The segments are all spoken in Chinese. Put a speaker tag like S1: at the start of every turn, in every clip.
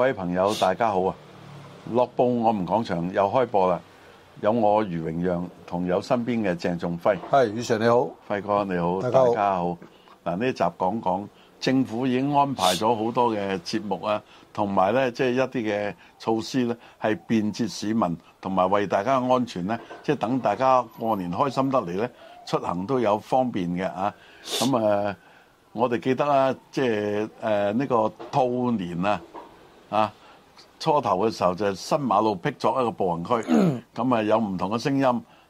S1: 位朋友，大家好啊！樂報我們講場又開播啦，有我余榮讓同有身邊嘅鄭仲輝，
S2: 係，宇常你好。
S1: 輝哥你好，
S2: 大家好
S1: 好。嗱呢集講講政府已經安排咗好多嘅節目啊，同埋咧即係一啲嘅措施咧，係便捷市民同埋為大家安全咧，即係等大家過年開心得嚟咧，出行都有方便嘅啊。咁誒、呃我哋記得啦，即係誒呢個兔年啊，啊初頭嘅時候就係新馬路辟作一個步行區，咁啊有唔同嘅聲音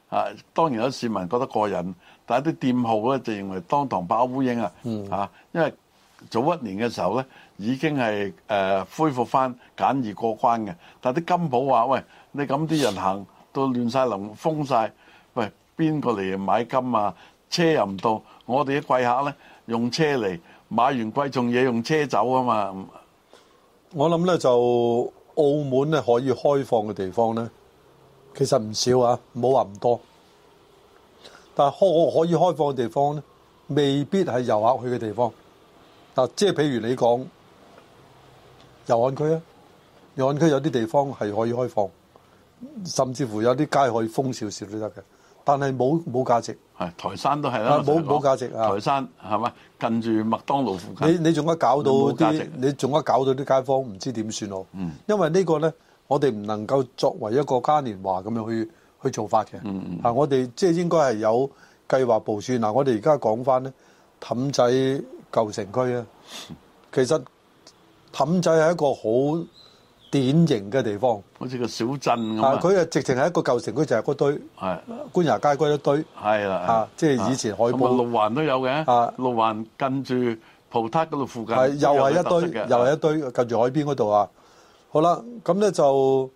S1: 啊。當然有市民覺得過癮，但係啲店號咧就認為當堂爆烏蠅啊！啊，因為早一年嘅時候咧已經係誒、呃恢復翻簡易過關嘅，但係啲金鋪話：喂，你咁啲人行到亂晒龍，封晒，喂邊個嚟買金啊？車又唔到，我哋啲貴客咧用車嚟買完貴重嘢用車走啊嘛。
S2: 我諗咧就澳門咧可以開放嘅地方咧，其實唔少啊，唔好話唔多。但係可可以開放嘅地方咧，未必係遊客去嘅地方。嗱，即係譬如你講遊岸區啊，遊岸區有啲地方係可以開放，甚至乎有啲街可以封少少都得嘅，但係冇冇價值。
S1: 係台山都係啦
S2: 啊，
S1: 我成日
S2: 冇冇
S1: 講
S2: 價值啊
S1: 台山係咪近住麥當勞附
S2: 你
S1: 近？
S2: 你仲一搞到
S1: 冇價值
S2: 啲，你仲一搞到啲街坊唔知點算好。因為呢個呢，我哋唔能夠作為一個嘉年華咁樣去去做法嘅。啊，我哋即係應該係有計劃部署。嗱，我哋而家講翻呢，氹仔舊城區啊，其實氹仔係一個好典型嘅地方。
S1: 好似個小鎮咁
S2: 啊，
S1: 啊！
S2: 佢啊直情係一個舊城區，就係嗰堆
S1: 係
S2: 官衙街嗰一堆
S1: 係啦，
S2: 啊，即係以前海
S1: 咁啊，
S2: 報
S1: 路環都有
S2: 啊
S1: 嘅，路環近住葡撻嗰度附近
S2: 係又係一堆，又係一
S1: 一
S2: 堆，近住海邊嗰度啊。好啦，咁咧就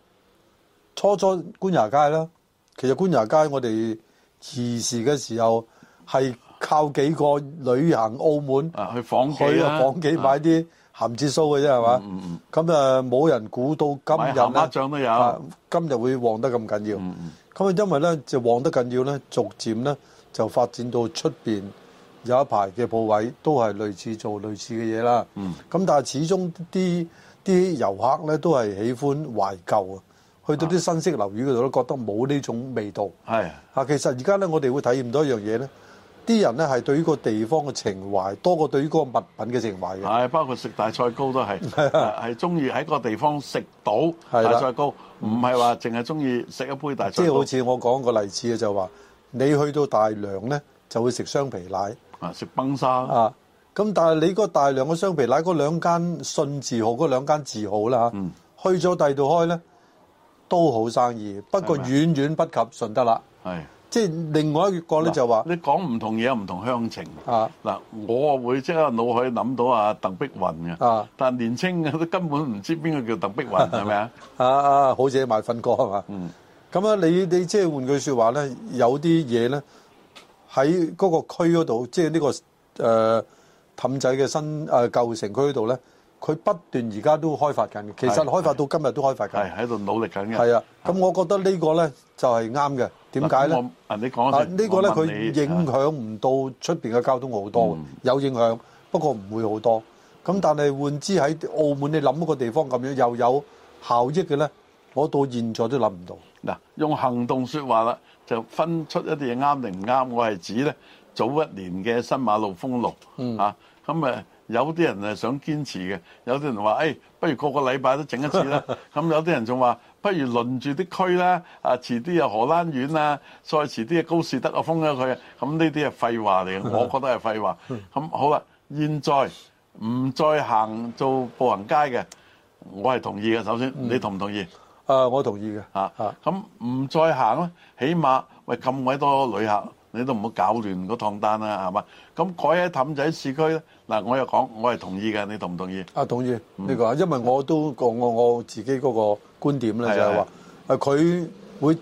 S2: 初初官衙街啦。其實官衙街我哋兒時嘅時候係靠幾個旅行澳門
S1: 啊去房記
S2: 去
S1: 啦，
S2: 啊房記買啲鹹節酥嘅啫，係嘛？咁啊冇人估到今
S1: 買
S2: 日
S1: 鹹
S2: 咧
S1: 蝦，醬都有
S2: 啊今日會旺得咁緊要。咁啊，因為咧就旺得緊要咧，逐漸咧就發展到出邊有一排嘅鋪位都係類似做類似嘅嘢啦。咁但係始終啲啲遊客咧都係喜歡懷舊啊，去到啲新式樓宇嗰度都覺得冇呢種味道。
S1: 係
S2: 啊，其實而家咧，我哋會體驗到一樣嘢咧，啲人咧係對於個地方嘅情懷多過對於嗰個物品嘅情懷嘅。
S1: 係包括食大菜糕都係 啊係中意喺個地方食到
S2: 係啦
S1: 大菜糕，唔係話淨係中意食一杯大菜
S2: 即係
S1: 糕
S2: 好似我講個例子嘅啊就話，你去到大良咧就會食雙皮奶
S1: 啊，食崩沙
S2: 啊。咁但係你嗰大良嘅雙皮奶嗰兩間信字號嗰兩間字號啦嚇，
S1: 嗯
S2: 去咗第二度開咧都好生意，不過
S1: 係咪
S2: 遠遠不及順德啦。
S1: 係。
S2: 即係另外一個咧就話
S1: 你講唔同嘢有唔同鄉情
S2: 啊
S1: 嗱，我會即刻腦海諗到啊鄧碧雲嘅，
S2: 啊
S1: 但年青嘅都根本唔知邊個叫鄧碧雲 係咪啊？
S2: 啊啊，好似賣瞓哥係嘛？
S1: 嗯，
S2: 咁啊，你你即係換句説話咧，有啲嘢咧喺嗰個區嗰度，即係呢、個誒氹、仔嘅新誒、呃、舊城區嗰度咧，佢不斷而家都開發緊嘅。其實
S1: 係
S2: 開發到今日都開發緊
S1: 係，喺度努力緊嘅。
S2: 係啊。咁我覺得呢個咧就係啱嘅。點解咧？
S1: 嗱？咁我啊，你講
S2: 啊，
S1: 先
S2: 呢個咧
S1: 我問
S2: 佢
S1: 你
S2: 影
S1: 啊嗯
S2: 響唔到出邊嘅交通好多嘅，有影響，不過唔會好多。咁但係換之喺澳門，你諗一個地方咁樣又有效益嘅咧，我到現在都諗唔到。
S1: 嗱，用行動説話啦，就分出一啲嘢啱定唔啱。我係指咧早一年嘅新馬路封路、啊，咁誒有啲人係想堅持嘅，有啲人話誒、哎不如個個禮拜都整一次啦。咁有啲人仲話，不如輪住啲區啦，啊，遲啲有荷蘭苑啊，再遲啲嘅高士德啊封咗佢啊。咁呢啲係廢話嚟嘅，我覺得係廢話。咁好啦，現在唔再行做步行街嘅，我係同意嘅。首先，你同唔同意？
S2: 啊，我同意嘅。
S1: 啊，咁唔再行咧，起碼喂咁鬼多旅客，你都唔好搞亂嗰趟單啦，係嘛？咁改喺氹仔市區咧，嗱，我又講，我係同意嘅，你同唔同意？
S2: 啊，同意
S1: 嗯
S2: 呢個，因為我都講過我自己嗰個觀點咧，
S1: 係
S2: 就係話誒佢會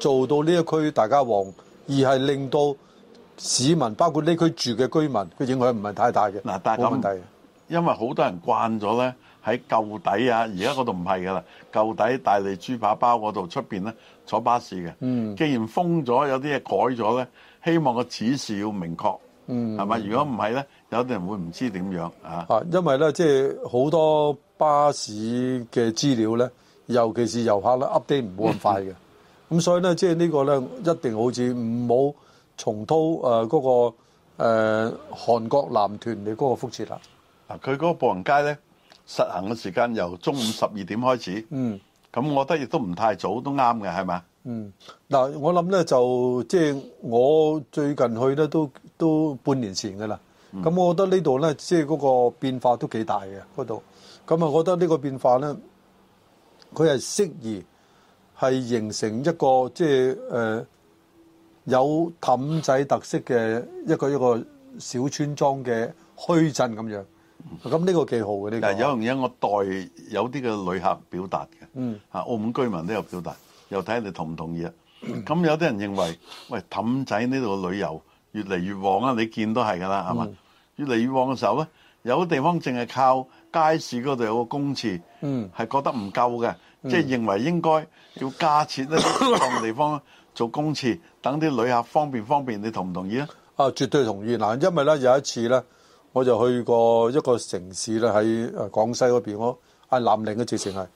S2: 做到呢一區大家旺，而係令到市民包括呢區住嘅居民，佢影響唔係太大嘅。
S1: 嗱但係咁
S2: 冇問題嘅。
S1: 因為好多人慣咗咧喺舊底啊，而家嗰度唔係㗎啦，舊底大利豬扒包嗰度出邊咧坐巴士嘅。嗯，既然封咗，有啲嘢改咗咧，希望個指示要明確。嗯，係咪？如果唔係咧，有啲人會唔知點樣啊。
S2: 啊，因為咧，即係好多巴士嘅資料咧，尤其是遊客咧 update 唔好咁快嘅。咁所以咧，即係呢個咧一定好似唔好重蹈誒嗰個誒韓國男團嘅嗰個覆轍啦。
S1: 嗱，啊佢嗰個步行街咧，實行嘅時間由中午十二點開始。
S2: 嗯。
S1: 咁我覺得亦都唔太早，都啱嘅，係嘛？
S2: 嗯，嗱，我諗咧就即係我最近去咧都都半年前噶啦，咁、我覺得呢度咧即係嗰個變化都幾大嘅嗰度，咁啊我覺得呢個變化咧，佢係適宜係形成一個即係誒、呃有氹仔特色嘅一個一個小村莊嘅墟鎮咁樣，咁呢個幾好嘅呢、個。
S1: 但係有樣嘢我代有啲嘅旅客表達嘅，嗯，啊，澳門居民都有表達，又睇你同唔同意啊。咁有啲人認為，喂，氹仔呢度嘅旅遊越嚟越旺啊，你見都係㗎啦，係嘛？越嚟越旺嘅時候咧，有啲地方淨係靠街市嗰度有個公廁，
S2: 嗯，
S1: 係覺得唔夠嘅，即係認為應該要加設呢啲適當嘅地方做公廁，等啲旅客方便方便，你同唔同意啊？
S2: 啊，絕對同意嗱，因為咧有一次咧，我就去過一個城市咧喺誒廣西嗰邊，我啊南寧嘅直情係，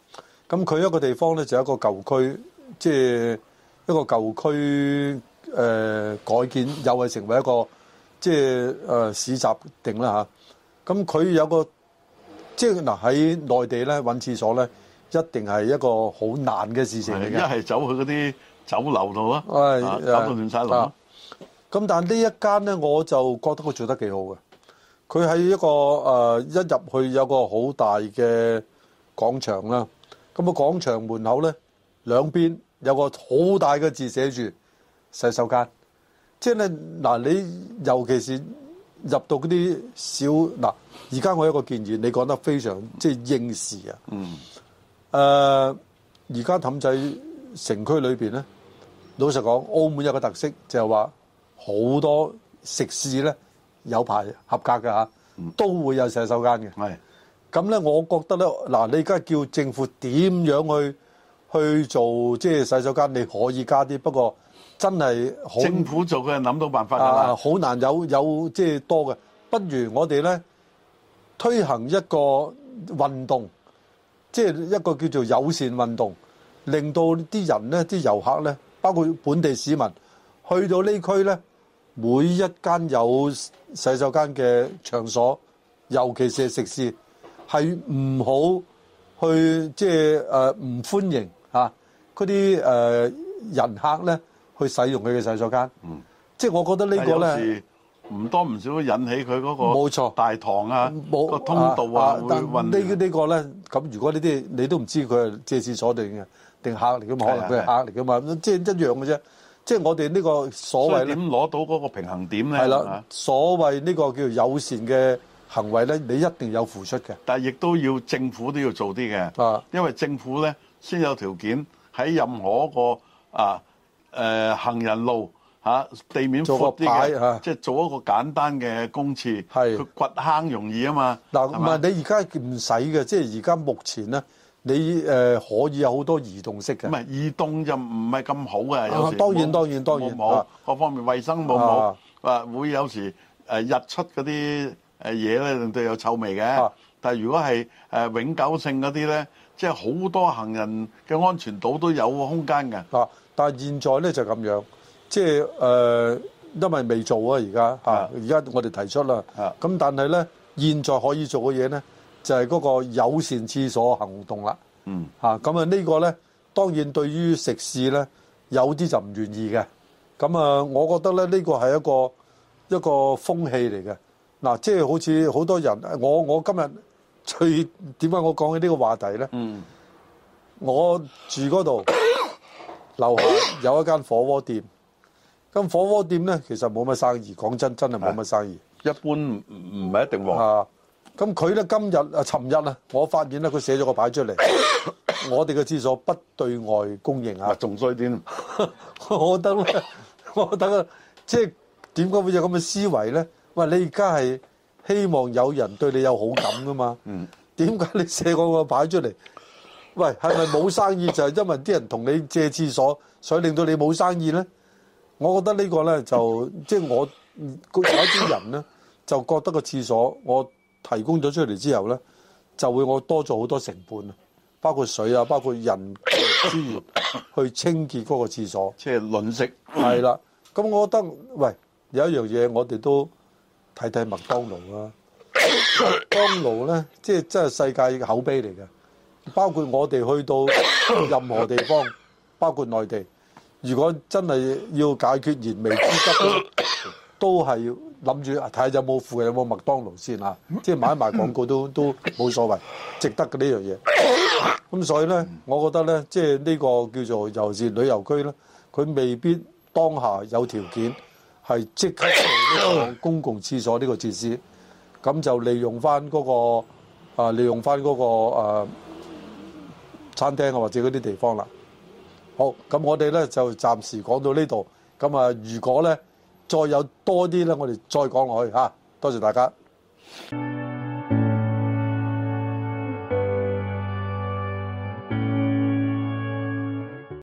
S2: 咁佢一個地方咧就有一個舊區，即係一個舊區誒、呃改建，又係成為一個即係誒、呃市集定啦吓，咁、佢有個即係嗱喺內地咧揾廁所咧，一定係一個好難嘅事情嚟
S1: 一
S2: 嘅。
S1: 係走去嗰啲酒樓度啊，
S2: 唉
S1: 啊
S2: 誒
S1: 搞到亂晒龍啊
S2: 哎啊！咁但呢一間咧，我就覺得佢做得幾好嘅。佢喺一個誒、呃一入去有個好大嘅廣場啦。咁、個廣場門口咧，兩邊有個好大嘅字寫住洗手間。即係咧嗱，你尤其是入到嗰啲小嗱，而家我有一個建議，你講得非常即係應時啊。
S1: 嗯。
S2: 誒而家氹仔城區裏邊咧，老實講，澳門有個特色就係話好多食肆咧有牌合格㗎嚇，都會有洗手間嘅。
S1: 係。
S2: 咁咧，我覺得咧，嗱，你而家叫政府點樣去去做即係洗手間，你可以加啲，不過真係好
S1: 政府做嘅諗到辦法㗎
S2: 啊，
S1: 啦。
S2: 好難有有即係多嘅。不如我哋咧推行一個運動，即係一個叫做友善運動，令到啲人咧、啲遊客咧，包括本地市民，去到呢區咧，每一間有洗手間嘅場所，尤其是係食肆，係唔好去即係誒唔歡迎嚇嗰啲誒呃人客咧去使用佢嘅洗手間。嗯，即係我覺得呢
S1: 但
S2: 個
S1: 有
S2: 咧。
S1: 時唔多唔少都引起佢嗰個
S2: 冇錯
S1: 大堂啊、
S2: 冇
S1: 個通道啊會
S2: 但
S1: 混
S2: 呢個
S1: 亂。
S2: 呢個咧，咁如果呢啲你都唔知佢係借廁所定嘅定客嚟噶嘛，可能佢係
S1: 係啊
S2: 客嚟噶嘛，咁即係一樣嘅啫。即係我哋呢個所
S1: 所
S2: 謂
S1: 以
S2: 咧
S1: 點，攞到嗰個平衡點咧？
S2: 係啦
S1: 啊，
S2: 所謂呢個叫友善嘅行為咧，你一定有付出嘅。
S1: 但係亦都要政府都要做啲嘅，
S2: 啊
S1: 因為政府咧先有條件喺任何一個啊誒、呃行人路嚇、啊地面
S2: 做個
S1: 闊啲
S2: 牌啊
S1: 嘅，即係做一個簡單嘅公廁，
S2: 係
S1: 佢掘坑容易啊嘛。
S2: 嗱，
S1: 係
S2: 唔
S1: 嘛
S2: 係你而家唔使嘅，即係而家目前咧，你誒、呃可以有好多移動式嘅
S1: 唔。係移動啊就唔係咁好嘅，有時
S2: 啊當然
S1: 冇
S2: 當然當然
S1: 冇冇
S2: 啊
S1: 各方面衞生冇冇
S2: 啊，
S1: 啊會有時誒日出嗰啲誒嘢咧令到有臭味嘅
S2: 啊。
S1: 但係如果係誒永久性嗰啲咧，即係好多行人嘅安全島都有空間嘅。
S2: 啊！但係現在咧就咁樣，即係誒、呃因為未做啊，而家嚇，
S1: 啊
S2: 而家、我哋提出啦。咁、
S1: 啊
S2: 但係咧，現在可以做嘅嘢咧，就係、嗰個友善廁所行動啦。
S1: 嗯，
S2: 嚇咁啊，呢個咧當然對於食肆咧，有啲就唔願意嘅。咁啊，我覺得咧呢個係一個一個風氣嚟嘅。嗱，即係好似好多人，我我今日最點解我講起呢個話題咧？
S1: 嗯，
S2: 我住嗰度樓下有一間火鍋店，咁火鍋店咧其實冇乜生意，講真真係冇乜生意
S1: 一般唔唔係一定旺。
S2: 啊。咁佢咧今日啊，尋日啊，我發現咧佢寫咗個牌出嚟，我哋嘅廁所不對外供應啊
S1: 啊，。仲衰啲，
S2: 我覺得咧，我覺得即係點解會有咁嘅思維咧？喂，你而家係希望有人對你有好感噶嘛？嗯，點解你寫嗰個牌出嚟？喂，係咪冇生意就係、因為啲人同你借廁所，所以令到你冇生意咧？我覺得呢個咧就即係我嗯有一啲人咧就覺得個廁所我提供咗出嚟之後咧，就會我多咗好多成本啊，包括水啊，包括人資源去清潔嗰個廁所。
S1: 即係論式
S2: 係啦，咁我覺得喂有一樣嘢我哋都睇睇麥當勞啦。麥當勞咧，即係真係世界口碑嚟嘅。包括我哋去到任何地方，包括內地，如果真係要解決燃眉之急嘅，都係諗住啊睇下有冇附近有冇麥當勞先啊！即係買埋廣告都都冇所謂，值得嘅呢樣嘢。咁所以咧，我覺得咧，即係呢個叫做尤其是旅遊區咧，佢未必當下有條件係即刻做呢個公共廁所呢個設施，咁就利用翻嗰、個啊，利用翻嗰、個、啊、餐廳啊或者嗰啲地方啦。好，咁我哋咧就暫時講到呢度。咁啊，如果咧再有多啲咧，我哋再講落去嚇。多謝大家。